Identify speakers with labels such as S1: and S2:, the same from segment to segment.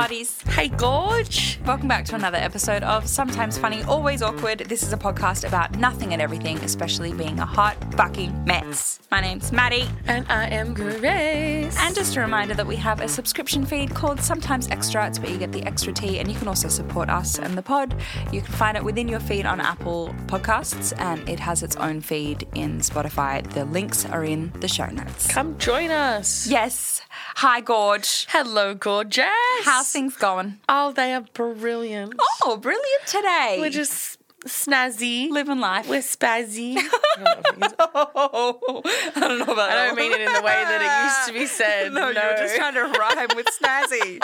S1: Hi, Gorge. Welcome back to another episode of Sometimes Funny, Always Awkward. This is a podcast about nothing and everything, especially being a hot fucking mess. My name's Maddie.
S2: And I am Grace.
S1: And just a reminder that we have a subscription feed called Sometimes Extra. It's where you get the extra tea and you can also support us and the pod. You can find it within your feed on Apple Podcasts and it has its own feed in Spotify. The links are in the show notes.
S2: come join us.
S1: Yes. Hi, Gorge.
S2: Hello, gorgeous.
S1: How's things going?
S2: Oh, they are brilliant.
S1: Oh, brilliant today.
S2: We're just snazzy.
S1: living life.
S2: We're spazzy.
S1: Oh, I don't know about
S2: I don't mean it in the way that it used to be said.
S1: no, you were just trying to rhyme with snazzy.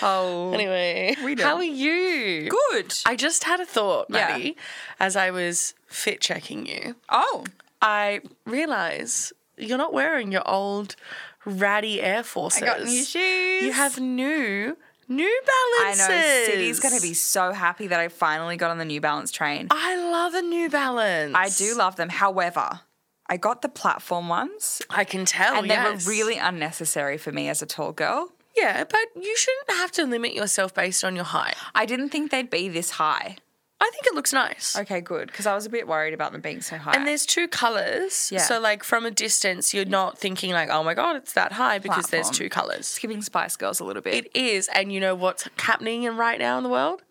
S1: Oh,
S2: Anyway,
S1: We know.
S2: how are you?
S1: good.
S2: I just had a thought,
S1: Yeah.
S2: Maddie, as I was fit checking you.
S1: oh,
S2: I realize you're not wearing your old ratty Air Forces.
S1: I got new shoes.
S2: You have new New
S1: I
S2: Balances.
S1: know. City's gonna be so happy that I finally got on the New Balance train.
S2: I love a New Balance.
S1: I do love them. However, I got the platform ones,
S2: I can tell.
S1: and
S2: Oh, yes.
S1: they were really unnecessary for me as a tall girl.
S2: Yeah, but you shouldn't have to limit yourself based on your height.
S1: I didn't think they'd be this high.
S2: I think it looks nice.
S1: Okay, good, because I was a bit worried about them being so high.
S2: And there's two colors.
S1: Yeah.
S2: So like from a distance, you're not thinking like, oh my god, it's that high because there's
S1: Platform.
S2: two colors.
S1: skipping Spice Girls a little bit.
S2: It is, and you know what's happening in right now in the world?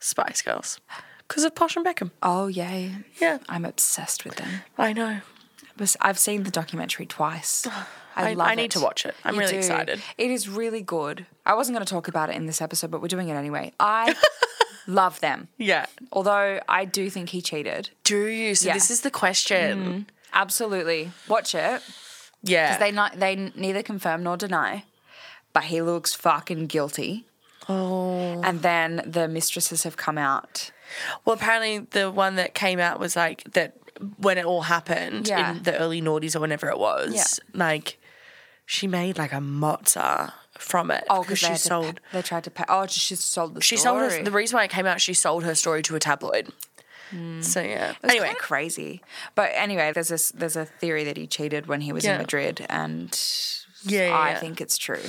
S2: Spice Girls, because of Posh and Beckham.
S1: oh yay!
S2: Yeah,
S1: I'm obsessed with them.
S2: I know.
S1: was- I've seen the documentary twice. I,
S2: I-
S1: love
S2: I need to watch it. I'm really excited.
S1: It is really good. I wasn't going to talk about it in this episode, but we're doing it anyway. I love them.
S2: Yeah.
S1: Although I do think he cheated.
S2: Do you? So
S1: Yeah.
S2: this is the question.
S1: Absolutely. Watch it.
S2: Mm. Yeah.
S1: They not, they neither confirm nor deny. But he looks fucking guilty.
S2: oh.
S1: And then the mistresses have come out.
S2: Well, apparently the one that came out was like that when it all happened
S1: Yeah.
S2: in the early noughties or whenever it was.
S1: Yeah.
S2: Like she made like a mozzarella from it.
S1: Oh,
S2: because
S1: because
S2: she sold.
S1: they tried to pay. Oh, she sold the
S2: she sold her. The reason why it came out, she sold her story to a tabloid. So yeah.
S1: It's
S2: Anyway,
S1: Hmm. kinda crazy. But anyway, there's this there's a theory that he cheated when he was in
S2: Yeah.
S1: Madrid, and
S2: Yeah, yeah,
S1: I
S2: yeah.
S1: think it's true.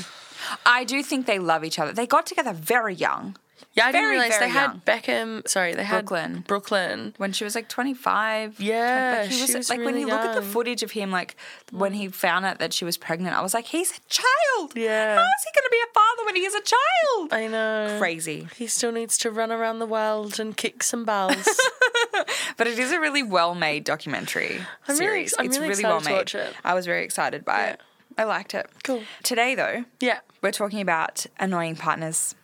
S1: I do think they love each other. They got together very young.
S2: yeah, I didn't
S1: very,
S2: realize
S1: very
S2: they
S1: young.
S2: had Beckham. Sorry, they had
S1: Brooklyn.
S2: Brooklyn.
S1: When she was like 25. 20
S2: Yeah,
S1: like he was,
S2: she was
S1: like when
S2: really
S1: you look at the
S2: young.
S1: footage of him, like when he found out that she was pregnant, I was like, he's a child.
S2: Yeah.
S1: How is he going to be a father when he is a child?
S2: I know.
S1: Crazy.
S2: He still needs to run around the world and kick some balls.
S1: But it is a really well made documentary
S2: I'm really
S1: series.
S2: ex- I'm
S1: it's
S2: really
S1: really well
S2: excited to
S1: made.
S2: watch it.
S1: I was very excited by it. I liked it.
S2: Cool.
S1: Today, though,
S2: yeah,
S1: We're talking about annoying partners.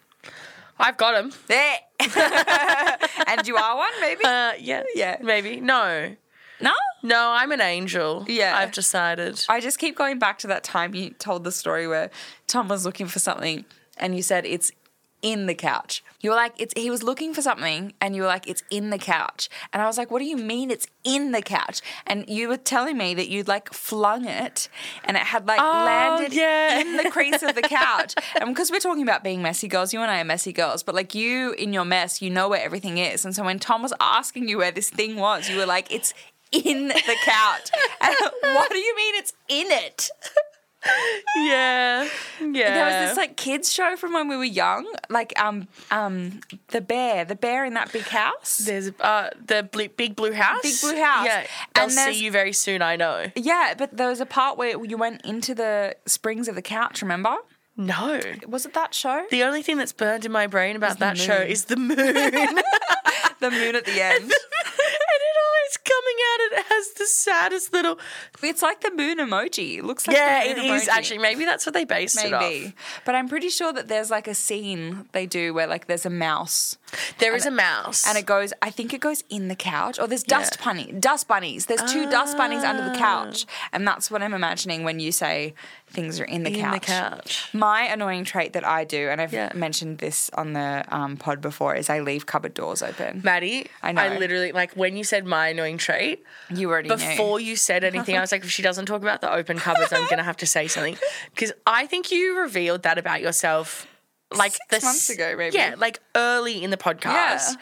S2: I've got him.
S1: Eh. and you are one, maybe?
S2: Uh, yeah,
S1: Yeah.
S2: maybe no.
S1: No?
S2: No, I'm an angel.
S1: Yeah.
S2: I've decided.
S1: I just keep going back to that time you told the story where Tom was looking for something and you said it's in the couch. You were like, it's he was looking for something and you were like, it's in the couch. And I was like, what do you mean it's in the couch? And you were telling me that you'd like flung it and it had like
S2: Oh,
S1: landed
S2: yeah.
S1: in the crease of the couch. And because we're talking about being messy girls, you and I are messy girls, but like you in your mess, you know where everything is. And so when Tom was asking you where this thing was, you were like, it's in the couch. And what do you mean it's in it?
S2: yeah, yeah.
S1: There was this like kids show from when we were young, like um um the bear, the bear in that big house.
S2: There's uh, the ble- big blue house.
S1: Big Blue House.
S2: Yeah,
S1: And
S2: I'll
S1: there's-
S2: see you very soon. I know.
S1: Yeah, but there was a part where you went into the springs of the couch, remember?
S2: No.
S1: Was it that show?
S2: The only thing that's burned in my brain about that
S1: the
S2: show
S1: moon.
S2: is the moon, and it
S1: the moon at the end.
S2: always coming out. It has the saddest little.
S1: It's like the moon emoji. It looks like
S2: Yeah,
S1: the
S2: it
S1: moon
S2: is
S1: emoji.
S2: actually. Maybe that's what they based it
S1: Maybe, but I'm pretty sure that there's like a scene they do where like there's a mouse
S2: off. There is a mouse,
S1: and it goes. I think it goes in the couch or there's dust bunny, dust bunnies. There's two dust bunnies under
S2: Ah.
S1: the couch, and that's what I'm imagining when you say things are in the
S2: in
S1: couch.
S2: the couch.
S1: My annoying trait that I do, and I've
S2: Yeah.
S1: mentioned this on the um, pod before, is I leave cupboard doors open.
S2: Maddie,
S1: I
S2: I
S1: know.
S2: know. I literally like when you said my annoying trait.
S1: you already
S2: before you said anything, I was like, if she doesn't talk about the open cupboards, I'm going to have to say something. Because I think you revealed that about yourself like
S1: Six
S2: the s-
S1: months ago, maybe.
S2: Yeah, like early in the podcast.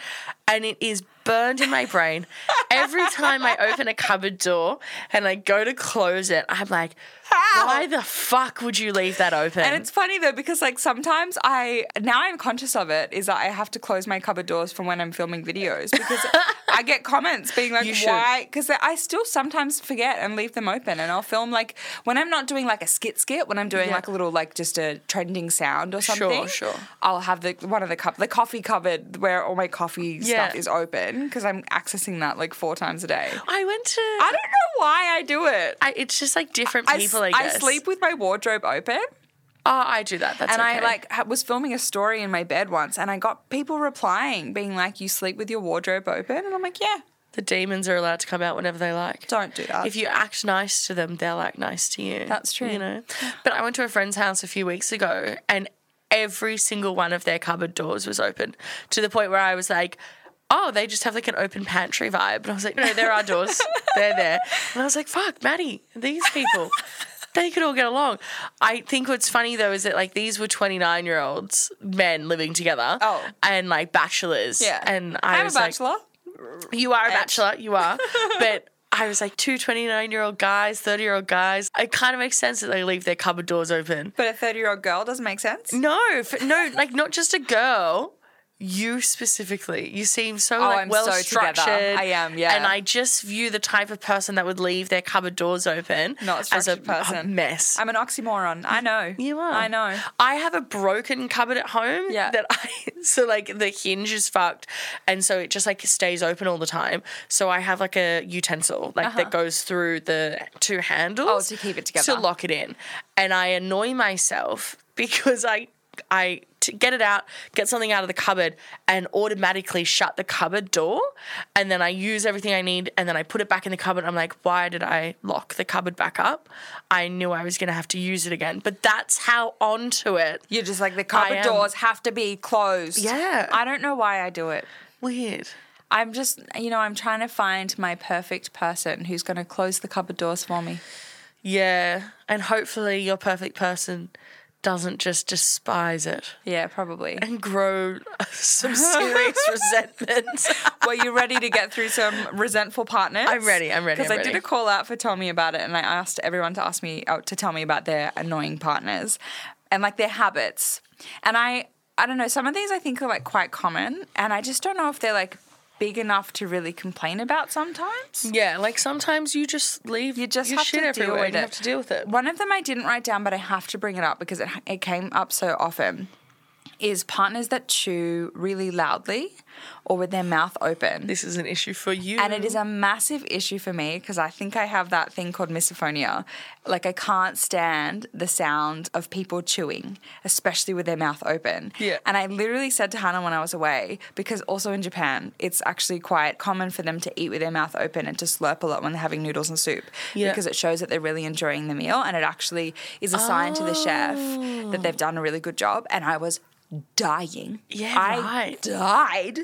S2: and it is burned in my brain. Every time I open a cupboard door and I go to close it, I'm like,
S1: How?
S2: why the fuck would you leave that open?
S1: And it's funny though because like sometimes I now I'm conscious of it is that I have to close my cupboard doors from when I'm filming videos because I get comments being like
S2: You should.
S1: why because I still sometimes forget and leave them open and I'll film like when I'm not doing like a skit skit when I'm doing
S2: Yeah.
S1: like a little like just a trending sound or
S2: Sure,
S1: something
S2: sure.
S1: I'll have the one of the cup the coffee cupboard where all my coffee
S2: Yeah.
S1: stuff is open because I'm accessing that like four times a day.
S2: I went to.
S1: I don't know why I do it.
S2: I, it's just like different
S1: I s-
S2: people. I,
S1: I
S2: guess.
S1: sleep with my wardrobe open.
S2: Oh, I do that. That's
S1: And I
S2: okay.
S1: like ha- was filming a story in my bed once, and I got people replying, being like, "You sleep with your wardrobe open," and I'm like, "Yeah,
S2: the demons are allowed to come out whenever they like.
S1: don't do that."
S2: If you act nice to them, they'll act nice to you.
S1: That's true.
S2: You know? But I went to a friend's house a few weeks ago and every single one of their cupboard doors was open to the point where I was like, oh, they just have like an open pantry vibe. And I was like, no, there are doors. They're there. And I was like, fuck, Maddie, these people. They could all get along. I think what's funny though is that like these were twenty nine year olds men living together,
S1: Oh.
S2: and like bachelors,
S1: yeah,
S2: And I
S1: am
S2: was
S1: a
S2: like,
S1: bachelor.
S2: you are a bachelor, you are. But I was like, two 29 year old guys, 30 year old guys. It kind of makes sense that they leave their cupboard doors open.
S1: but a 30 year old girl doesn't make sense.
S2: No, f no, like not just a girl. You specifically, you seem so
S1: Oh, I'm
S2: like
S1: so
S2: well
S1: together.
S2: structured.
S1: I am, yeah.
S2: And I just view the type of person that would leave their cupboard doors open
S1: Not a
S2: as a,
S1: structured person.
S2: a mess.
S1: I'm an oxymoron. I know.
S2: You are.
S1: I know.
S2: I have a broken cupboard at home.
S1: Yeah.
S2: That I so like the hinge is fucked, and so it just like stays open all the time. So I have like a utensil like that goes through the two handles.
S1: Uh-huh. Oh, to keep it together.
S2: To lock it in, and I annoy myself because I I to get it out, get something out of the cupboard, and automatically shut the cupboard door, and then I use everything I need, and then I put it back in the cupboard. I'm like, why did I lock the cupboard back up? I knew I was gonna have to use it again, but that's how onto it.
S1: You're just like the
S2: I
S1: cupboard
S2: am.
S1: doors have to be closed.
S2: Yeah.
S1: I don't know why I do it.
S2: Weird.
S1: I'm just, you know, I'm trying to find my perfect person who's going to close the cupboard doors for me.
S2: Yeah, and hopefully your perfect person doesn't just despise it
S1: Yeah, probably.
S2: and grow some serious resentment.
S1: Were you ready to get through some resentful partners?
S2: I'm ready, I'm ready,
S1: Because
S2: I'm
S1: I did
S2: ready.
S1: a call out for Tommy about it, and I asked everyone to ask me out to tell me about their annoying partners and like their habits. And I, I don't know. Some of these I think are like quite common, and I just don't know if they're like big enough to really complain about sometimes.
S2: Yeah, like sometimes you just leave
S1: You just
S2: your
S1: have
S2: shit
S1: to deal with
S2: everywhere. and you
S1: it.
S2: have to deal with it.
S1: One of them I didn't write down, but I have to bring it up because it, it came up so often. Is partners that chew really loudly or with their mouth open.
S2: This is an issue for you.
S1: And it is a massive issue for me because I think I have that thing called misophonia. Like, I can't stand the sound of people chewing, especially with their mouth open.
S2: Yeah.
S1: And I literally said to Hannah when I was away, because also in Japan, it's actually quite common for them to eat with their mouth open and to slurp a lot when they're having noodles and soup
S2: Yeah.
S1: because it shows that they're really enjoying the meal and it actually is a sign to the chef that
S2: Oh.
S1: they've done a really good job. And I was dying.
S2: Yeah,
S1: I
S2: right.
S1: died.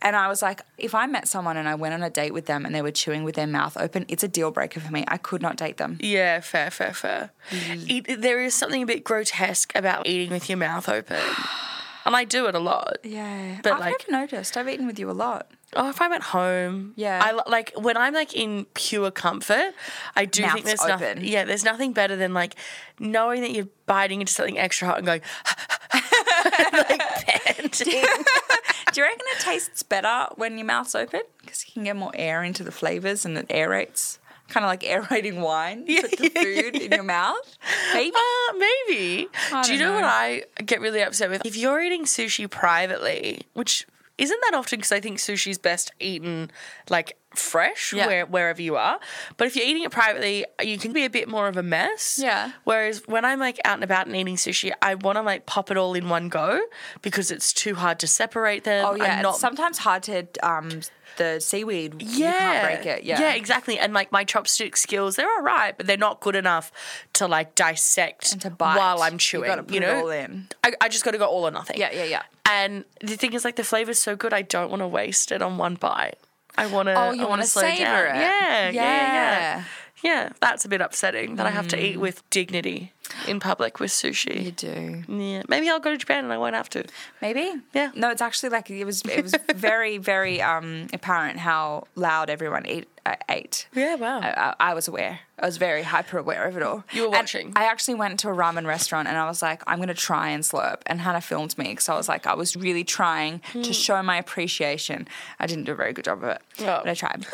S1: And I was like, if I met someone and I went on a date with them and they were chewing with their mouth open, it's a deal breaker for me. I could not date them.
S2: Yeah, fair, fair, fair. It, there is something a bit grotesque about eating with your mouth open. And I do it a lot.
S1: Yeah.
S2: But,
S1: I've
S2: like-
S1: never noticed. I've eaten with you a lot.
S2: Oh, if I'm at home,
S1: Yeah.
S2: I li- like when I'm like in pure comfort. I do
S1: Mouth's
S2: think there's
S1: open.
S2: nothing. Yeah, there's nothing better than like knowing that you're biting into something extra hot and going like panting.
S1: Do you reckon it tastes better when your mouth's open? Because you can get more air into the flavors and it aerates. Kind of like aerating wine. You Put the food in your mouth. Maybe.
S2: Uh, maybe. Do you
S1: don't
S2: know, what
S1: know.
S2: I get really upset with? If you're eating sushi privately, which isn't that often because I think sushi's best eaten like fresh
S1: Yeah.
S2: where, wherever you are. But if you're eating it privately, you can be a bit more of a mess.
S1: Yeah.
S2: Whereas when I'm like out and about and eating sushi, I want to like pop it all in one go because it's too hard to separate them.
S1: Oh, yeah.
S2: I'm
S1: It's
S2: not
S1: sometimes hard to, um, the seaweed. You
S2: yeah.
S1: can't break it.
S2: Yeah, exactly. And like my chopstick skills, they're all right, but they're not good enough to like dissect
S1: And to bite.
S2: while I'm
S1: You
S2: chewing.
S1: gotta put
S2: you
S1: it
S2: know?
S1: all in.
S2: I, I just got to go all or nothing.
S1: Yeah, yeah, yeah.
S2: And the thing is, like, the flavor's so good, I don't want to waste it on one bite. I want to.
S1: Oh, you
S2: I want
S1: wanna
S2: to slow
S1: savor
S2: down.
S1: it.
S2: Yeah, yeah,
S1: Yeah.
S2: yeah,
S1: Mm.
S2: yeah. Yeah, that's a bit upsetting that I have to eat with dignity. in public with
S1: You
S2: sushi.
S1: do.
S2: Yeah. Maybe I'll go to Japan and I won't have to.
S1: Maybe.
S2: Yeah.
S1: No, it's actually like it was. It was very, very um, apparent how loud everyone ate. Uh, ate.
S2: Yeah, wow.
S1: I, I, I was aware. I was very hyper aware of it all.
S2: You were
S1: And
S2: watching.
S1: I actually went to a ramen restaurant and I was like, I'm gonna try and slurp. And Hannah filmed me because I was like, I was really trying to show my appreciation. I didn't do a very good job of it,
S2: Hmm. Oh.
S1: but I tried.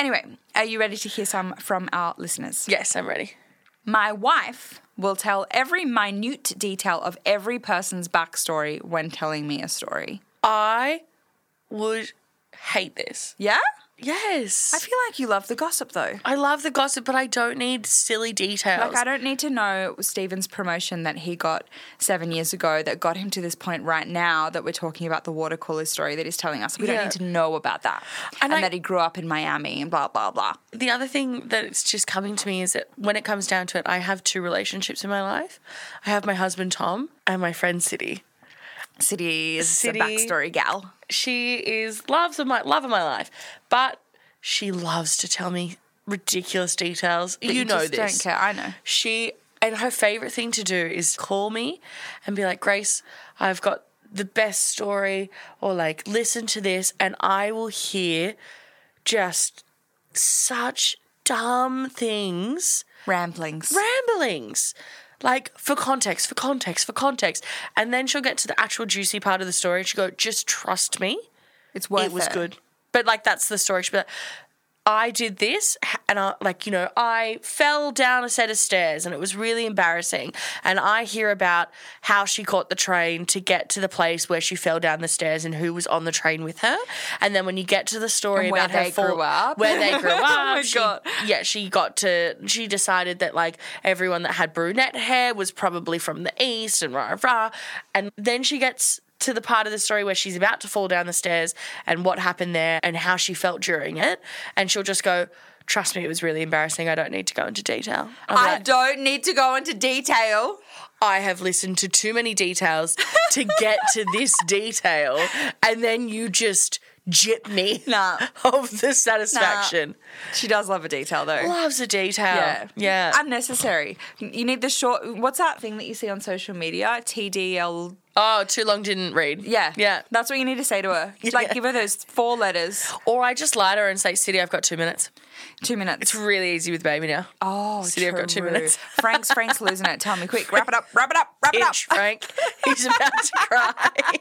S1: anyway, are you ready to hear some from our listeners?
S2: Yes, I'm ready.
S1: My wife will tell every minute detail of every person's backstory when telling me a story.
S2: I would hate this.
S1: Yeah?
S2: Yes.
S1: I feel like you love the gossip though.
S2: I love the gossip, but I don't need silly details.
S1: Like, I don't need to know Stephen's promotion that he got seven years ago that got him to this point right now that we're talking about the water cooler story that he's telling us. We
S2: Yeah.
S1: don't need to know about that.
S2: And
S1: And,
S2: I-
S1: that he grew up in Miami and blah, blah, blah.
S2: the other thing that's just coming to me is that when it comes down to it, I have two relationships in my life. I have my husband Tom and my friend City.
S1: City is
S2: City.
S1: a backstory gal.
S2: She is loves of my love of my life, but she loves to tell me ridiculous details. You, know
S1: just
S2: this.
S1: don't care. I know.
S2: She and her favorite thing to do is call me and be like, Grace, I've got the best story, or like, listen to this, and I will hear just such dumb things,
S1: Ramblings.
S2: ramblings. Like, for context, for context, for context. And then she'll get to the actual juicy part of the story and she'll go, just trust me
S1: it's worth it.
S2: it was good. But like that's the story. She'd be like, I did this, h- and I like you know I fell down a set of stairs, and it was really embarrassing. And I hear about how she caught the train to get to the place where she fell down the stairs, and who was on the train with her. And then when you get to the story
S1: And where
S2: about her
S1: they
S2: fall-
S1: grew up. Oh
S2: where they grew up,
S1: my
S2: she-
S1: God.
S2: yeah, she got to she decided that like everyone that had brunette hair was probably from the east and rah rah. And then she gets to the part of the story where she's about to fall down the stairs and what happened there and how she felt during it. And she'll just go, Trust me, it was really embarrassing. I don't need to go into detail. I'm
S1: I
S2: like,
S1: don't need to go into detail.
S2: I have listened to too many details to get to this detail. And then you just jip me
S1: Nah.
S2: of the satisfaction.
S1: She does love a detail though.
S2: Loves a detail. Yeah.
S1: Unnecessary. You need the short. What's that thing that you see on social media? TDL.
S2: Oh, too long didn't read.
S1: Yeah.
S2: Yeah.
S1: That's what you need to say to her. Like,
S2: Yeah.
S1: give her those four letters,
S2: Or I just lie to her and say, City, I've got two minutes.
S1: two minutes.
S2: It's really easy with baby now.
S1: Oh,
S2: City, I've got two
S1: true.
S2: minutes.
S1: Frank's Frank's losing it. Tell me quick. Wrap it up. Wrap it up. Wrap it up.
S2: Inch, Frank. He's about to cry.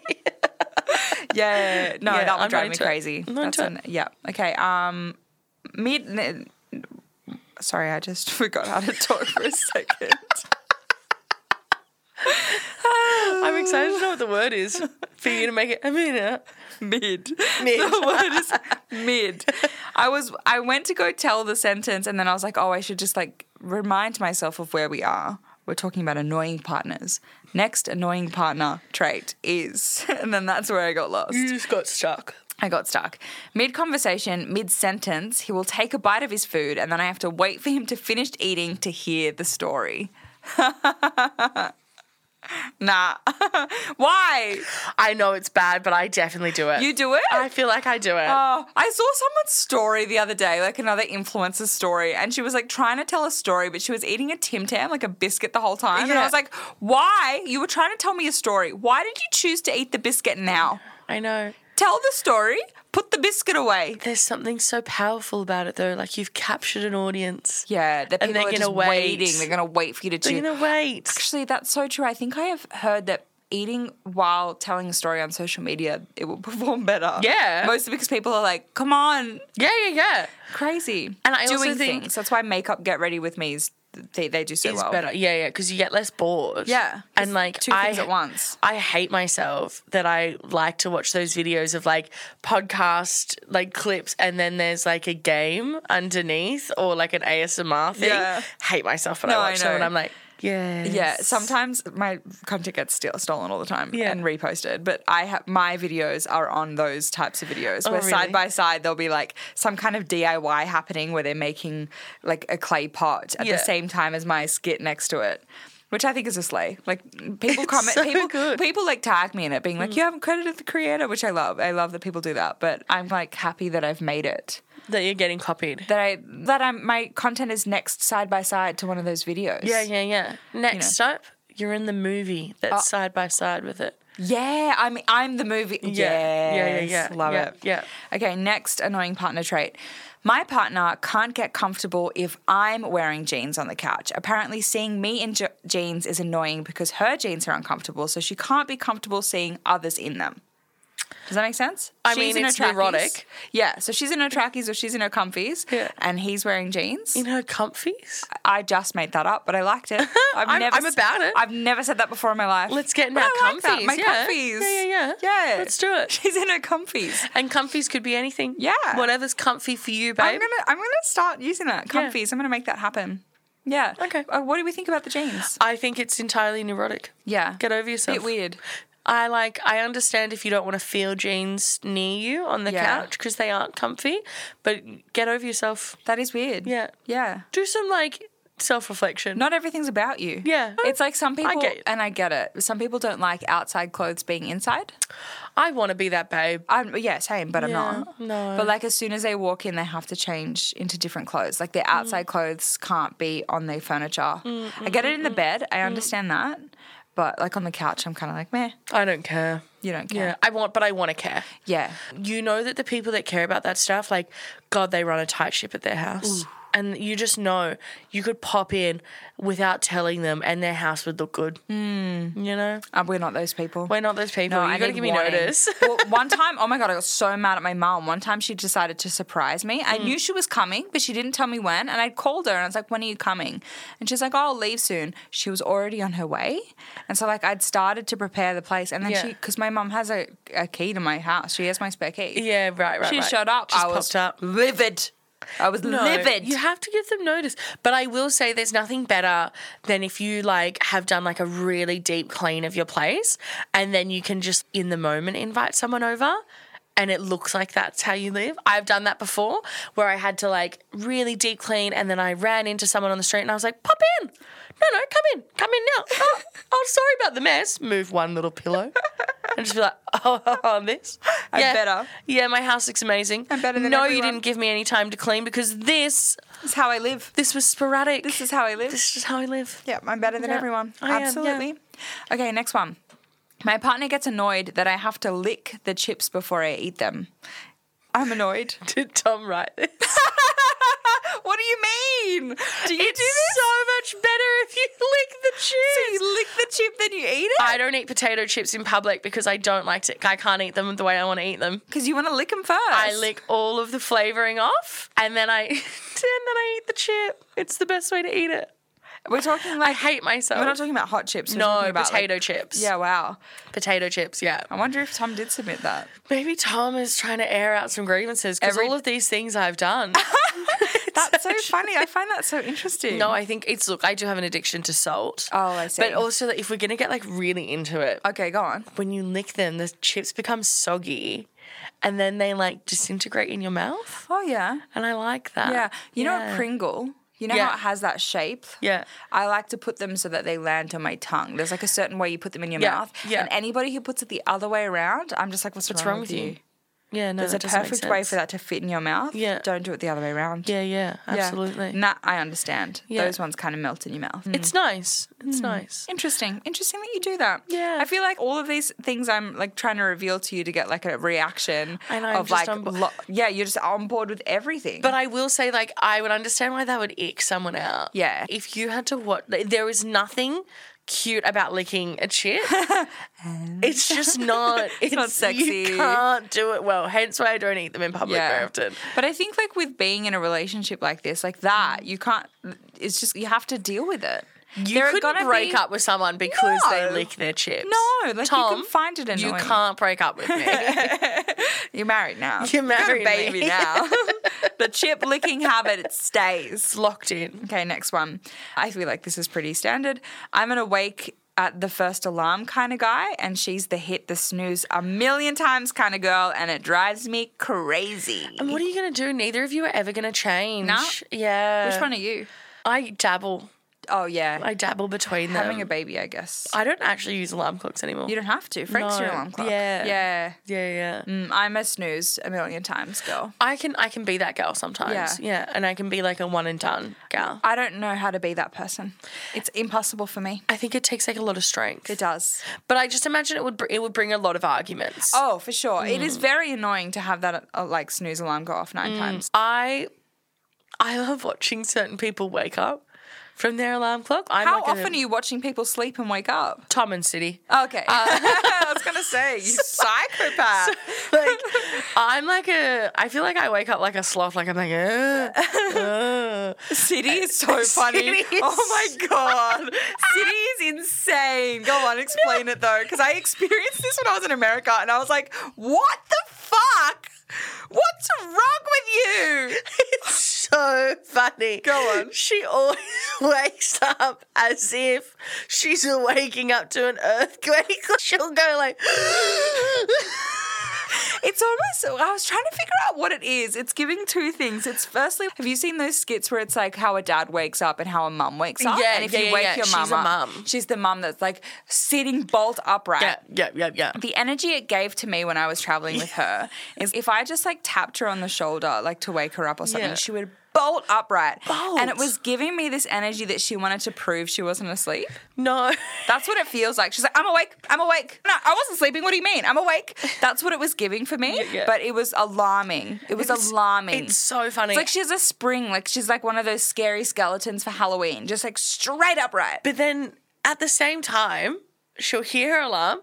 S1: Yeah. No,
S2: Yeah,
S1: that would
S2: I'm not
S1: drive me
S2: into it.
S1: crazy.
S2: I'm not into
S1: an- yeah. Okay. Um, mid. Sorry, I just forgot how to talk for a second.
S2: I'm excited to know what the word is for you to make it. I mean, uh,
S1: mid.
S2: Mid.
S1: The word is mid. I was I went to go tell the sentence and then I was like, oh, I should just like remind myself of where we are. We're talking about annoying partners. Next annoying partner trait is and then that's where I got lost.
S2: you just got stuck.
S1: I got stuck. Mid conversation, mid sentence, he will take a bite of his food and then I have to wait for him to finish eating to hear the story. nah. Why?
S2: I know it's bad, but I definitely do it.
S1: You do it?
S2: I feel like I do it.
S1: Oh, I saw someone's story the other day, like another influencer's story, and she was like trying to tell a story, but she was eating a Tim Tam, like a biscuit the whole time. And
S2: Yeah.
S1: I was like, why? You were trying to tell me a story. Why did you choose to eat the biscuit now?
S2: I know.
S1: Tell the story, put the biscuit away.
S2: There's something so powerful about it, though. Like you've captured an audience.
S1: Yeah, the people
S2: And they're
S1: are
S2: gonna
S1: just
S2: wait.
S1: waiting. They're gonna wait for you to
S2: They're
S1: choose.
S2: gonna wait.
S1: Actually, that's so true. I think I have heard that eating while telling a story on social media, it will perform better.
S2: Yeah.
S1: Mostly because people are like, come on,
S2: Yeah, yeah, yeah.
S1: crazy.
S2: And I also
S1: doing
S2: think-
S1: things. That's why makeup get ready with me is they, they do so
S2: It's
S1: well.
S2: better. Yeah, yeah, because you get less bored.
S1: Yeah, 'cause
S2: and like
S1: two
S2: I,
S1: things at once.
S2: I hate myself that I like to watch those videos of like podcast like clips, and then there's like a game underneath or like an ASMR thing.
S1: Yeah.
S2: hate myself when
S1: No,
S2: I
S1: I
S2: watch them, and
S1: know.
S2: I'm like, yeah,
S1: Yeah, sometimes my content gets steal- stolen all the time
S2: Yeah.
S1: and reposted, but I have my videos are on those types of videos where
S2: Oh, really?
S1: side by side there'll be like some kind of DIY happening where they're making like a clay pot at
S2: Yeah.
S1: the same time as my skit next to it. which I think is a slay. Like people comment,
S2: so
S1: people
S2: good. Mm.
S1: people like tag me in it, being like, "You haven't credited the creator," which I love. I love that people do that, but I'm like happy that I've made it.
S2: that you're getting copied.
S1: That I that I'm my content is next side by side to one of those videos.
S2: Yeah, yeah, yeah. Next up, you're in the movie that's
S1: Uh,
S2: side by side with it.
S1: Yeah, I'm I'm the movie.
S2: Yeah, yeah, yeah,
S1: Yes,
S2: yeah,
S1: Love
S2: yeah,
S1: it.
S2: yeah.
S1: Okay, next annoying partner trait. My partner can't get comfortable if I'm wearing jeans on the couch. Apparently, seeing me in je- jeans is annoying because her jeans are uncomfortable, so she can't be comfortable seeing others in them. Does that make sense?
S2: I mean,
S1: in her
S2: it's neurotic.
S1: trackies. Yeah, so she's in her trackies or she's in her comfies,
S2: Yeah.
S1: and he's wearing jeans.
S2: In her comfies?
S1: I just made that up, but I liked it. I've
S2: I'm-
S1: never
S2: I'm
S1: s-
S2: about it.
S1: I've never said that before in my life.
S2: Let's get in
S1: But
S2: our
S1: I like that,
S2: comfies,
S1: My
S2: yeah.
S1: comfies.
S2: Yeah, yeah, yeah.
S1: Yeah.
S2: Let's do it.
S1: She's in her comfies.
S2: And comfies could be anything.
S1: Yeah.
S2: Whatever's comfy for you,
S1: I'm
S2: babe.
S1: gonna I'm gonna start using that. Comfies. I'm gonna make that happen. Yeah.
S2: Okay.
S1: Uh, what do we think about the jeans?
S2: I think it's entirely neurotic.
S1: Yeah.
S2: Get over yourself.
S1: Bit weird.
S2: I like. I understand if you don't want to feel jeans near you on the
S1: Yeah.
S2: couch because they aren't comfy, but get over yourself.
S1: That is weird.
S2: Yeah.
S1: Yeah.
S2: Do some like self reflection.
S1: Not everything's about you.
S2: Yeah.
S1: It's like some people
S2: get it.
S1: and I get it. Some people don't like outside clothes being inside.
S2: I want to be that babe.
S1: I'm yeah, same, but I'm
S2: Yeah,
S1: not.
S2: no.
S1: But like as soon as they walk in, they have to change into different clothes. Like
S2: Mm.
S1: their outside clothes can't be on their furniture. I get it in the
S2: mm,
S1: bed. I understand that. But like on the couch, I'm kind of like, meh,
S2: I don't care.
S1: you don't
S2: Yeah.
S1: care.
S2: I want, but I want to care.
S1: Yeah.
S2: You know that the people that care about that stuff, like God, they run a tight ship at their house. And you just know you could pop in without telling them, and their house would look good. You know,
S1: Uh, we're not those people.
S2: we're not those people.
S1: No,
S2: you
S1: I
S2: gotta
S1: need
S2: give me
S1: warning.
S2: notice.
S1: well, one time, oh my god, I got so mad at my mum. One time, she decided to surprise me. I
S2: Mm.
S1: knew she was coming, but she didn't tell me when. And I called her and I was like, "When are you coming?" And she's like, oh, "I'll leave soon." She was already on her way, and so like I'd started to prepare the place, and then
S2: Yeah.
S1: she, because my mum has a, a key to my house, she has my spare key.
S2: yeah, right, right.
S1: she
S2: right.
S1: showed up.
S2: Just
S1: I was
S2: popped up.
S1: livid. I was
S2: No,
S1: livid.
S2: You have to give them notice. But I will say there's nothing better than if you like have done like a really deep clean of your place and then you can just in the moment invite someone over and it looks like that's how you live. I've done that before where I had to like really deep clean and then I ran into someone on the street and I was like, pop in. No, no, come in. Come in now. Oh, oh, sorry about the mess. Move one little pillow. And just be like, oh, on this. I'm
S1: better.
S2: Yeah, my house looks amazing. I'm
S1: better than
S2: No, you
S1: everyone.
S2: didn't give me any time to clean because this
S1: This is how I live.
S2: this was sporadic.
S1: This is how I live.
S2: This is how I live.
S1: Yeah, I'm better than
S2: Yeah,
S1: everyone.
S2: I am, yeah.
S1: Absolutely. Okay, next one. My partner gets annoyed that I have to lick the chips before I eat them. I'm annoyed.
S2: Did Tom write this?
S1: what do you mean? Do you
S2: it's
S1: do this?
S2: so much better if you lick the chips.
S1: So you lick the chip, then you eat it?
S2: I don't eat potato chips in public because I don't like to. I can't eat them the way I want to eat them.
S1: Because you want to lick them first.
S2: I lick all of the flavoring off, and then I, and then I eat the chip. It's the best way to eat it.
S1: We're talking
S2: I
S1: like
S2: hate myself.
S1: we're not talking about hot chips. We're
S2: no
S1: talking about like-
S2: potato chips.
S1: yeah, wow.
S2: potato chips. Yeah.
S1: I wonder if Tom did submit that.
S2: Maybe Tom is trying to air out some grievances because
S1: Every-
S2: all of these things I've done.
S1: That's so funny. I find that so interesting.
S2: No, I think it's look. I do have an addiction to salt.
S1: Oh, I see.
S2: But also, like, if we're gonna get like really into it,
S1: okay, go on.
S2: when you lick them, the chips become soggy, and then they like disintegrate in your mouth.
S1: Oh yeah.
S2: And I like that.
S1: Yeah. You know
S2: Yeah.
S1: a Pringle? You know
S2: Yeah.
S1: how it has that shape?
S2: Yeah.
S1: I like to put them so that they land on my tongue. There's like a certain way you put them in your
S2: Yeah,
S1: mouth.
S2: yeah.
S1: And anybody who puts it the other way around, I'm just like, what's,
S2: What's wrong with you? Yeah, no,
S1: There's a
S2: that doesn't make
S1: perfect way
S2: sense.
S1: for that to fit in your mouth.
S2: Yeah.
S1: Don't do it the other way around.
S2: Yeah, yeah,
S1: Yeah. Mm.
S2: absolutely.
S1: Nah, I understand.
S2: Yeah. Mm.
S1: Those ones kind of melt in your mouth. It's
S2: It's nice. It's
S1: Mm.
S2: nice.
S1: interesting. Interesting that you do that.
S2: Yeah.
S1: I feel like all of these things I'm like trying to reveal to you to get like a reaction
S2: I know, I'm
S1: of
S2: just
S1: like,
S2: on bo-
S1: lo- yeah, you're just on board with everything.
S2: But I will say, like, I would understand why that would ick someone out.
S1: Yeah.
S2: If you had to watch, there is nothing cute about licking a chip. it's just not. It's,
S1: not sexy.
S2: You can't do it well. Hence why I don't eat them in public very often.
S1: But I think like with being in a relationship like this, like that, you can't. It's just you have to deal with it.
S2: You
S1: There are
S2: couldn't
S1: gonna
S2: break
S1: be-
S2: up with someone because they
S1: No.
S2: lick their chips.
S1: No, like
S2: Tom,
S1: you can find it
S2: you
S1: annoying.
S2: can't break up with me.
S1: You're married now.
S2: You're
S1: Got a
S2: married
S1: baby
S2: me.
S1: now. the chip licking habit it stays.
S2: it's locked in.
S1: Okay, next one. I feel like this is pretty standard. I'm an awake at the first alarm kind of guy, and she's the hit the snooze a million times kind of girl, and it drives me crazy.
S2: And what are you going to do? Neither of you are ever going to change.
S1: No.
S2: Yeah.
S1: Which one are you?
S2: I dabble.
S1: Oh yeah,
S2: I dabble between them.
S1: having a baby, I guess.
S2: I don't actually use alarm clocks anymore.
S1: you don't have to. Frank's your
S2: No.
S1: alarm clock.
S2: Yeah.
S1: yeah.
S2: yeah, yeah.
S1: Mm, I'm a snooze a million times, girl.
S2: I can I can be that girl sometimes. Yeah. and I can be like a one and done gal.
S1: I don't know how to be that person. It's impossible for me.
S2: I think it takes like a lot of strength.
S1: It does.
S2: But I just imagine it would br- it would bring a lot of arguments.
S1: Oh, for sure. It is very annoying to have that uh, like snooze alarm go off nine times.
S2: I I love watching certain people wake up from their alarm clock. I'm
S1: How
S2: like a-
S1: often are you watching people sleep and wake up?
S2: Tom and City.
S1: Okay. I was going to say, you psychopath.
S2: like I'm like a I feel like I wake up like a sloth. Like I'm like. "Ugh, ugh."
S1: City is so funny.
S2: City is-
S1: Oh my God. City is insane. Go on, explain it though, because I experienced this when I was in America and I was like, what the fuck? What's wrong with you?
S2: It's so funny.
S1: Go on.
S2: She always wakes up as if she's waking up to an earthquake. She'll go like,
S1: It's almost. I was trying to figure out what it is. It's giving two things. It's firstly, have you seen those skits where it's like how a dad wakes up and how a mum wakes up?
S2: Yeah,
S1: and if
S2: yeah,
S1: you
S2: yeah,
S1: wake
S2: yeah.
S1: your
S2: She's
S1: mum
S2: a
S1: up,
S2: mum.
S1: she's the mum that's like sitting bolt upright.
S2: yeah, yeah, yeah, yeah.
S1: The energy it gave to me when I was traveling with her is if I just like tapped her on the shoulder, like to wake her up or something,
S2: Yeah.
S1: she would bolt upright.
S2: Bolt.
S1: And it was giving me this energy that she wanted to prove she wasn't asleep.
S2: No.
S1: That's what it feels like. She's like, I'm awake. I'm awake. No, I wasn't sleeping. What do you mean? I'm awake. That's what it was giving for me.
S2: Yeah, yeah.
S1: But it was alarming. It was alarming.
S2: It's so funny.
S1: It's like she has a spring. Like she's like one of those scary skeletons for Halloween, just like straight upright.
S2: But then at the same time, she'll hear her alarm,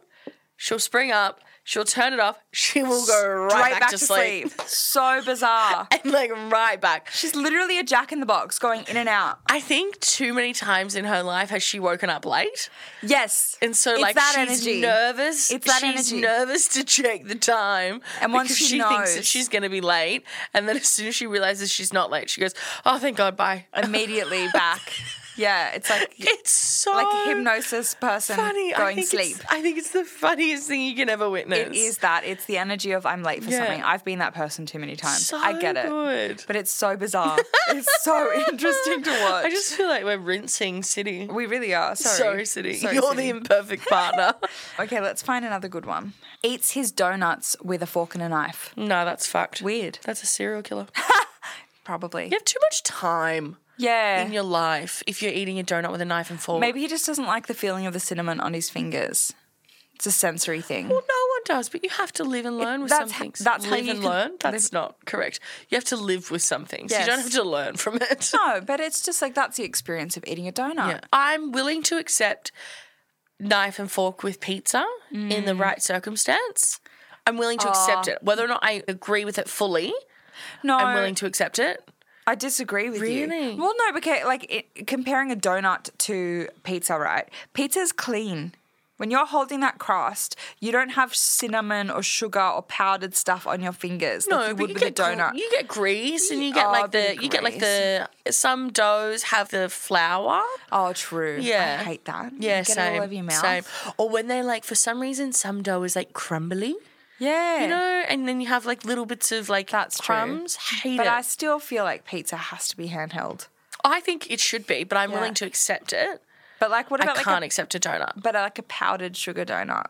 S2: she'll spring up, she'll turn it off, she will go right
S1: Straight
S2: back, to, sleep.
S1: So bizarre.
S2: And like right back.
S1: She's literally a jack in the box going in and out.
S2: I think too many times in her life has she woken up late.
S1: Yes.
S2: And so
S1: It's
S2: like she's nervous.
S1: It's that
S2: she's
S1: energy.
S2: nervous to check the time.
S1: And once
S2: because
S1: she
S2: thinks that
S1: knows-
S2: she's gonna be late. And then as soon as she realizes she's not late, she goes, Oh thank God, bye.
S1: Immediately back. Yeah. It's like
S2: It's so
S1: like a hypnosis person
S2: funny. I
S1: going
S2: think
S1: sleep.
S2: It's, I think it's the funniest thing you can ever witness.
S1: It is that. It's the energy of I'm late for
S2: Yeah.
S1: something. I've been that person too many times.
S2: So
S1: I get it.
S2: good.
S1: But it's so bizarre. it's so interesting to watch.
S2: I just feel like we're rinsing City.
S1: we really are.
S2: Sorry,
S1: Sorry.
S2: City.
S1: Sorry,
S2: You're
S1: City.
S2: the imperfect partner.
S1: Okay, let's find another good one. Eats his donuts with a fork and a knife.
S2: no, that's fucked.
S1: Weird.
S2: That's a serial killer.
S1: Probably.
S2: You have too much time in
S1: Yeah.
S2: your life if you're eating a donut with a knife and fork.
S1: Maybe he just doesn't like the feeling of the cinnamon on his fingers. It's a sensory thing.
S2: Well, no one does, but you have to live and learn with
S1: that's
S2: some
S1: ho-
S2: things.
S1: that's how
S2: live
S1: you
S2: and
S1: can
S2: learn. That's not correct. You have to live with some things. You don't
S1: Yes.
S2: have to learn from it.
S1: No, but it's just like that's the experience of eating a donut.
S2: Yeah. I'm willing to accept knife and fork with pizza in the right circumstance. I'm willing to accept it. Whether or not I agree with it fully,
S1: No,
S2: I'm willing to accept it.
S1: I disagree with you.
S2: Really?
S1: Well, no, because like it, comparing a donut to pizza, right? Pizza's clean. When you're holding that crust, you don't have cinnamon or sugar or powdered stuff on your fingers
S2: No,
S1: like you
S2: but
S1: would
S2: you
S1: with a
S2: get gr-
S1: donut.
S2: you get grease and you
S1: Oh,
S2: get
S1: a
S2: like
S1: bit
S2: the
S1: of
S2: you get like the some doughs have the flour.
S1: oh, true.
S2: Yeah.
S1: I hate that.
S2: Yeah,
S1: you get
S2: same.
S1: it all over your mouth.
S2: Same. Or when they like for some reason some dough is like crumbly.
S1: Yeah.
S2: You know, and then you have like little bits of like
S1: That's true.
S2: crumbs. Hate
S1: but
S2: it.
S1: I still feel like pizza has to be handheld.
S2: I think it should be, but I'm
S1: Yeah.
S2: willing to accept it.
S1: But like, what
S2: I
S1: about like
S2: can't
S1: a,
S2: accept a donut.
S1: but like a powdered sugar donut?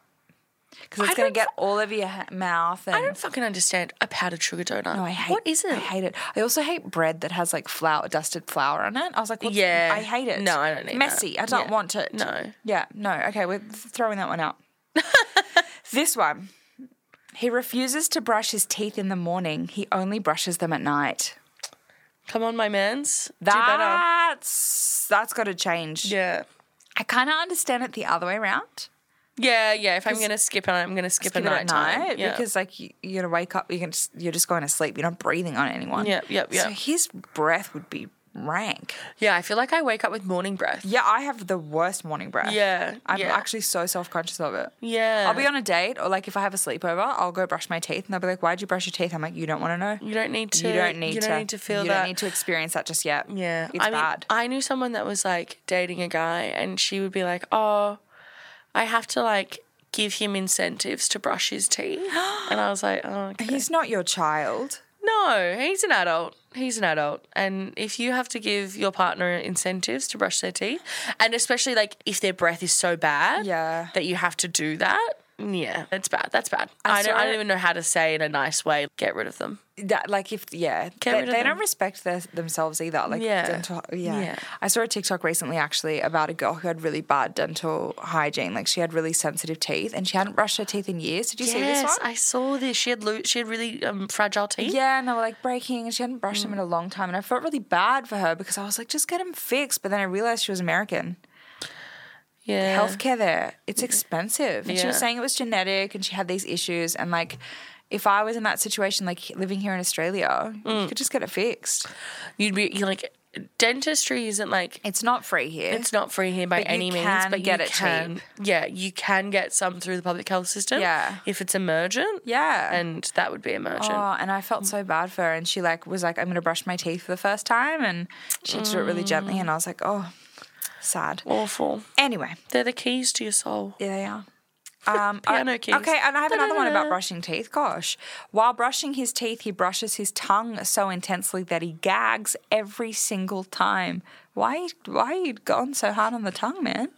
S1: Because
S2: I
S1: it's gonna
S2: don't
S1: get
S2: f-
S1: all over your ha- mouth. And
S2: I don't fucking understand a powdered sugar donut.
S1: No, I hate.
S2: What is it?
S1: I hate it. I also hate bread that has like flour, dusted flour on it. I was like, what's-
S2: Yeah.
S1: I hate it.
S2: No, I don't need that.
S1: Messy. I don't
S2: Yeah.
S1: want it.
S2: No.
S1: Yeah. No. Okay, we're th- throwing that one out. this one. He refuses to brush his teeth in the morning. He only brushes them at night.
S2: Come on, my mans.
S1: That's that's got to change.
S2: Do better. Yeah.
S1: I kind of understand it the other way around.
S2: Yeah, yeah. If I'm gonna skip it, I'm gonna skip,
S1: Skip
S2: a
S1: it
S2: night
S1: at night
S2: Yeah.
S1: because like you, you're gonna wake up, you can just, you're just going to sleep. You're not breathing on anyone.
S2: Yep, yep,
S1: So
S2: yep.
S1: his breath would be rank.
S2: yeah, I feel like I wake up with morning breath.
S1: Yeah, I have the worst morning breath.
S2: Yeah,
S1: I'm
S2: yeah.
S1: actually so self conscious of it.
S2: Yeah.
S1: I'll be on a date or like if I have a sleepover, I'll go brush my teeth and they'll be like, Why'd you brush your teeth? I'm like, You don't want to know.
S2: You don't need to.
S1: you don't need
S2: You
S1: to.
S2: don't need to feel
S1: You
S2: that.
S1: don't need to experience that just yet.
S2: Yeah,
S1: It's
S2: I mean,
S1: bad.
S2: I knew someone that was like dating a guy, and she would be like, "Oh, I have to like give him incentives to brush his teeth," and I was like, "Oh, okay.
S1: He's not your child.
S2: no, No, he's an adult. He's an adult. And if you have to give your partner incentives to brush their teeth, and especially like if their breath is so bad
S1: Yeah.
S2: that you have to do that, yeah, that's bad. That's bad.
S1: I
S2: I, don't,
S1: saw
S2: I don't
S1: it-
S2: even know how to say in a nice way, get rid of them.
S1: that like if yeah
S2: Get
S1: they,
S2: rid of
S1: they don't
S2: them.
S1: respect their, themselves either like
S2: Yeah.
S1: dental yeah.
S2: Yeah.
S1: i saw a tiktok recently actually about a girl who had really bad dental hygiene like she had really sensitive teeth and she hadn't brushed her teeth in years did you see this
S2: Yes,
S1: one
S2: I saw this. She had lo- she had really um, fragile teeth.
S1: yeah, and they were like breaking, and she hadn't brushed
S2: Mm.
S1: them in a long time. And I felt really bad for her because I was like, just get them fixed. But then I realized she was American.
S2: yeah.
S1: Healthcare there, it's expensive. And she was
S2: Yeah.
S1: saying it was genetic and she had these issues. And like, if I was in that situation, like living here in Australia, you
S2: Mm.
S1: could just get it fixed.
S2: You'd be you're like dentistry isn't like
S1: It's not free here.
S2: It's not free here by
S1: But you
S2: any means,
S1: can
S2: but
S1: get
S2: you
S1: it
S2: can.
S1: cheap.
S2: Yeah, you can get some through the public health system.
S1: Yeah.
S2: if it's emergent.
S1: Yeah.
S2: and that would be emergent.
S1: Oh, and I felt so bad for her. And she like was like, I'm gonna brush my teeth for the first time, and she had to do it really gently. And I was like, oh, sad.
S2: Awful.
S1: Anyway,
S2: They're the keys to your soul.
S1: yeah, they are. Um, I-
S2: Piano keys.
S1: Okay, and I have another one about
S2: Da-da-da.
S1: brushing teeth. Gosh, while brushing his teeth, he brushes his tongue so intensely that he gags every single time. Why? Why you gone so hard on the tongue, man?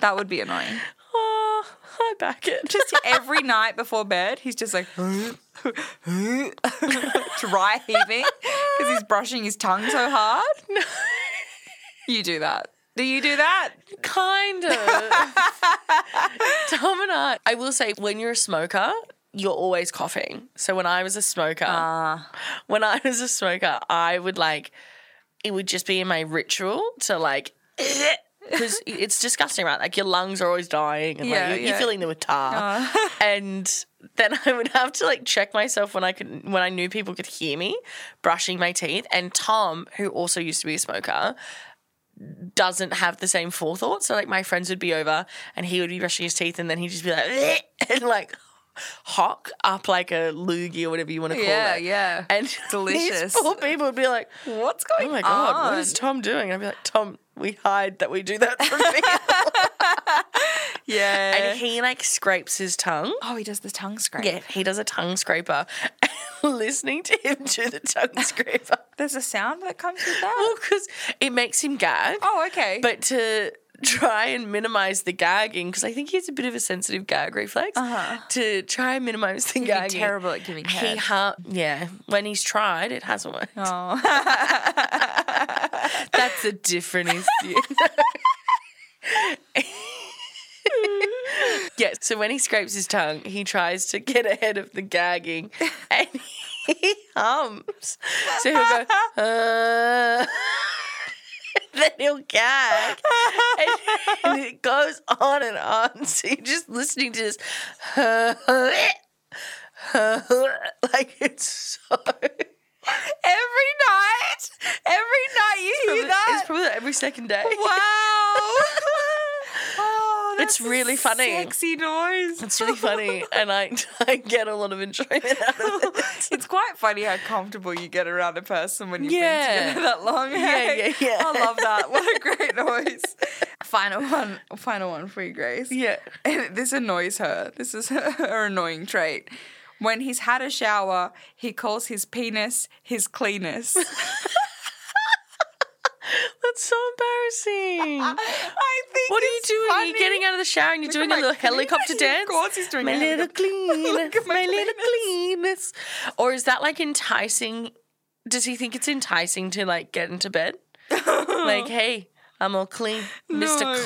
S1: that would be annoying.
S2: Oh, I back it.
S1: Just every night before bed, he's just like dry heaving because he's brushing his tongue so hard. You do that. Do you do that?
S2: kind of. Tom and I. I will say, when you're a smoker, you're always coughing. So when I was a smoker,
S1: Ah.
S2: when I was a smoker, I would like, it would just be in my ritual to like, because it's disgusting, right? Like your lungs are always dying, and
S1: Yeah,
S2: like you're,
S1: yeah. Ah.
S2: you're filling them with tar. and then I would have to like check myself when I could when I knew people could hear me brushing my teeth. And Tom, who also used to be a smoker, doesn't have the same forethought. So like my friends would be over and he would be brushing his teeth and then he'd just be like "Bleh," and like hock up like a loogie or whatever you want to call it.
S1: yeah.
S2: And
S1: Delicious.
S2: these poor people would be like,
S1: What's going
S2: "Oh
S1: on?
S2: my god, what is Tom doing?" And I'd be like, "Tom, we hide that we do that from people."
S1: yeah.
S2: and he like scrapes his tongue.
S1: oh, he does the tongue scrape.
S2: Yeah, he does a tongue scraper. Listening to him do the tongue scraper,
S1: There's a sound that comes with that.
S2: well, because it makes him gag.
S1: oh, okay.
S2: but to try and minimize the gagging because I think he has a bit of a sensitive gag reflex. To try and minimize the
S1: you're
S2: gagging,
S1: Uh-huh. terrible at giving
S2: He
S1: head.
S2: ha- yeah. When he's tried, it hasn't worked.
S1: oh.
S2: That's a different issue. yeah, so when he scrapes his tongue, he tries to get ahead of the gagging and he hums. So he'll go, uh, then he'll gag. And, and it goes on and on. So you're just listening to this, like it's so.
S1: every night, every night you hear that.
S2: It's probably like every second day.
S1: wow. oh,
S2: It's
S1: that's a
S2: really funny.
S1: Sexy noise.
S2: It's really funny, and I, I get a lot of enjoyment out of it.
S1: it's quite funny how comfortable you get around a person when you've been
S2: Yeah.
S1: together that long. hey?
S2: yeah, yeah.
S1: I love that. What a great noise. Final one. Final one for you, Grace.
S2: Yeah.
S1: this annoys her. This is her, annoying trait. When he's had a shower, he calls his penis his cleanest.
S2: That's so embarrassing.
S1: I think.
S2: What are you
S1: it's
S2: doing?
S1: Funny.
S2: You're getting out of the shower and you're
S1: Look at
S2: doing
S1: my
S2: a little
S1: clean-
S2: helicopter
S1: Of
S2: dance.
S1: course he's doing a
S2: my little
S1: helicopter-
S2: clean.
S1: Look at my
S2: my little cleanness. Or is that like enticing? Does he think it's enticing to like get into bed? like, hey, I'm all clean.
S1: No.
S2: Mr.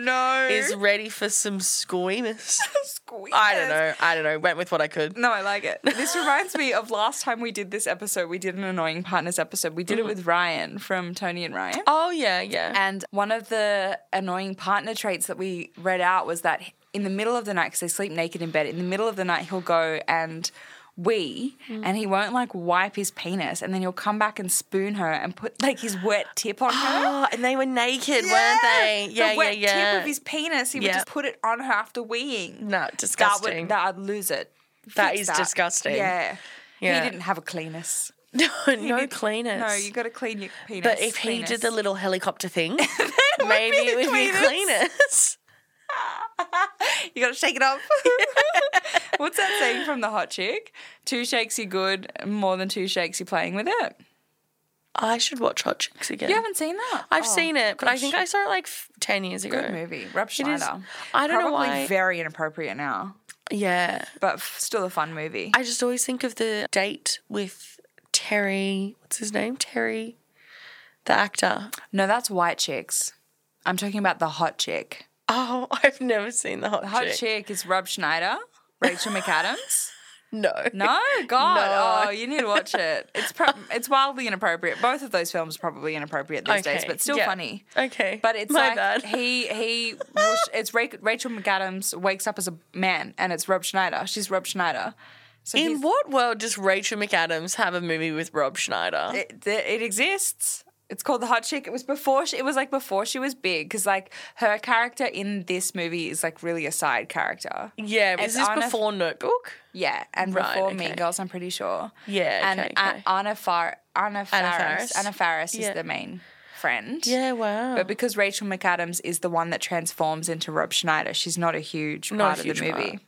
S1: No.
S2: is ready for some squeamish.
S1: Squeeze.
S2: I don't know. I don't know. Went with what I could.
S1: No, I like it. This reminds me of last time we did this episode. We did an annoying partners episode. We did
S2: Mm-hmm.
S1: it with Ryan from Tony and Ryan.
S2: Oh yeah, yeah.
S1: And one of the annoying partner traits that we read out was that in the middle of the night, because they sleep naked in bed, in the middle of the night, he'll go and wee
S2: Mm.
S1: and he won't like wipe his penis and then he'll come back and spoon her and put like his wet tip on her.
S2: Oh, and they were naked, weren't they? Yeah,
S1: the wet
S2: yeah, yeah.
S1: tip of his penis. He would
S2: Yeah.
S1: just put it on her after weeing.
S2: no,
S1: that
S2: disgusting.
S1: would that I'd lose it.
S2: That
S1: Fix
S2: is disgusting.
S1: Yeah.
S2: Yeah.
S1: He didn't have a cleanest.
S2: No, no cleaners.
S1: No, you got to clean your penis.
S2: but if he did the
S1: cleanest.
S2: little helicopter thing, maybe it would be
S1: cleaners.
S2: cleaners.
S1: you got to shake it off. What's that saying from the hot chick? Two shakes, you're good. More than two shakes, you're playing with it.
S2: I should watch Hot Chicks again.
S1: You haven't seen that?
S2: I've
S1: Oh,
S2: seen it, but I
S1: good
S2: think
S1: sh-
S2: I saw it like f- 10 years ago.
S1: good movie. Rob
S2: It
S1: Schneider.
S2: is- I don't know
S1: Probably
S2: why.
S1: Very inappropriate now,
S2: yeah.
S1: but f- still a fun movie.
S2: I just always think of the date with Terry. What's his name? Terry, the actor.
S1: no, that's white chicks. I'm talking about the hot chick.
S2: Oh, I've never seen the Hot,
S1: The hot
S2: Chick.
S1: chick, is Rob Schneider, Rachel McAdams.
S2: No.
S1: No, God,
S2: No.
S1: oh, you need to watch it. It's pro- it's wildly inappropriate. Both of those films are probably inappropriate these days,
S2: Okay,
S1: but still
S2: yeah.
S1: funny.
S2: Okay.
S1: But it's
S2: My
S1: like
S2: bad.
S1: he he. well, sh- It's Ra- Rachel McAdams wakes up as a man, and it's Rob Schneider. She's Rob Schneider. So
S2: In
S1: he's-
S2: what world does Rachel McAdams have a movie with Rob Schneider?
S1: it, it exists. It's called the Hot Chick. It was before she. It was like before she was big, because like her character in this movie is like really a side character.
S2: yeah, was
S1: it's
S2: this
S1: on a-
S2: before Notebook?
S1: Yeah, and
S2: Right,
S1: before
S2: okay.
S1: Mean Girls, I'm pretty sure.
S2: Yeah,
S1: and
S2: okay, okay.
S1: A- Anna Far Anna Faris
S2: Faris.
S1: Anna Faris
S2: Yeah.
S1: is the main friend.
S2: Yeah, wow.
S1: But because Rachel McAdams is the one that transforms into Rob Schneider, she's not a huge
S2: Not a
S1: part
S2: huge
S1: of the
S2: part.
S1: movie.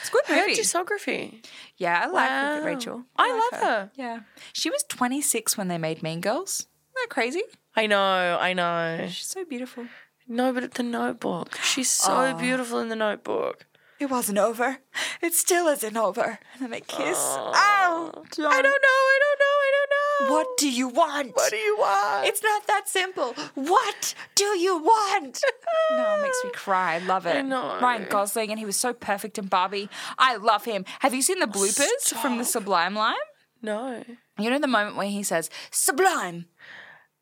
S1: It's a good
S2: Her
S1: movie.
S2: discography.
S1: yeah, I like
S2: Wow.
S1: Rachel.
S2: I
S1: like
S2: love her.
S1: Yeah, she was 26 when they made Mean Girls. Isn't that crazy?
S2: I know, I know.
S1: She's so beautiful.
S2: No, but the Notebook. She's so beautiful in the Notebook.
S1: It wasn't over. It still isn't over. And then they kiss. Ow!
S2: I Oh. don't know. I don't know. I don't know.
S1: What do you want?
S2: What do you want?
S1: It's not that simple. What do you want? no, it makes me cry. I love it.
S2: know.
S1: Ryan Gosling, and he was so perfect in Barbie. I love him. Have you seen the bloopers from the Sublime line?
S2: no.
S1: You know the moment when he says, Sublime.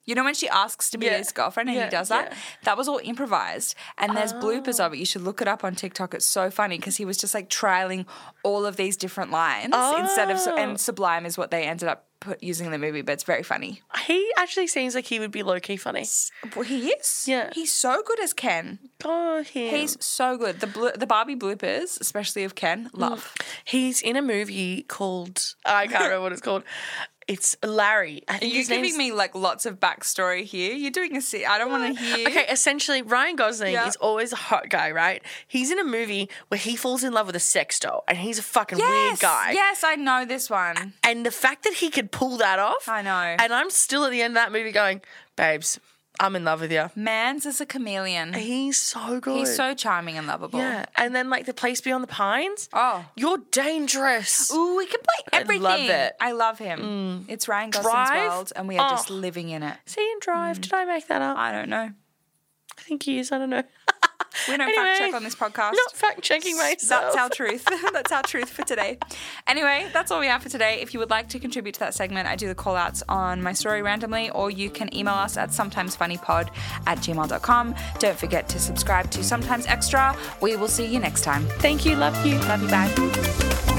S1: You know when she asks to be
S2: Yeah.
S1: his girlfriend and
S2: Yeah,
S1: he does that?
S2: yeah. Oh.
S1: That was all improvised. And there's bloopers of it. You should look it up on TikTok. It's so funny because he was just like trialing all of these different lines instead of,
S2: Oh.
S1: and Sublime is what they ended up put, using in the movie, but it's very funny.
S2: He actually seems like he would be low key funny.
S1: Well, he is.
S2: Yeah.
S1: He's so good as Ken.
S2: Oh, him. He's
S1: He's so good. The blo- the Barbie bloopers, especially of Ken,
S2: Mm.
S1: love.
S2: he's in a movie called I can't remember what it's called. It's Larry. I think
S1: You're
S2: his
S1: giving
S2: name's
S1: me like lots of backstory here. You're doing a se- I don't want to hear.
S2: Okay, essentially, Ryan Gosling
S1: Yeah.
S2: is always a hot guy, right? He's in a movie where he falls in love with a sex doll, and he's a fucking
S1: Yes.
S2: weird guy.
S1: Yes, I know this one.
S2: And the fact that he could pull that off,
S1: I know.
S2: And I'm still at the end of that movie going, babes, I'm in love with you.
S1: Mans is a chameleon.
S2: He's so good.
S1: He's so charming and lovable.
S2: yeah. And then like the place beyond the pines.
S1: Oh.
S2: you're dangerous.
S1: Ooh, we can play
S2: I
S1: everything.
S2: love it. Mm.
S1: I love him. It's Ryan Gosling's
S2: Drive?
S1: world, and we are just
S2: Oh.
S1: living in it.
S2: See and drive.
S1: Mm.
S2: Did I make that up? I
S1: I don't know.
S2: think he is. I don't know.
S1: We don't
S2: Anyway.
S1: fact check on this podcast.
S2: Not fact checking myself.
S1: That's our truth. that's our truth for today. Anyway, that's all we have for today. If you would like to contribute to that segment, I do the call outs on my story randomly, or you can email us at sometimesfunnypod at gmail.com. Don't forget to subscribe to Sometimes Extra. We will see you next time.
S2: Thank you. Love you.
S1: Love you. Bye.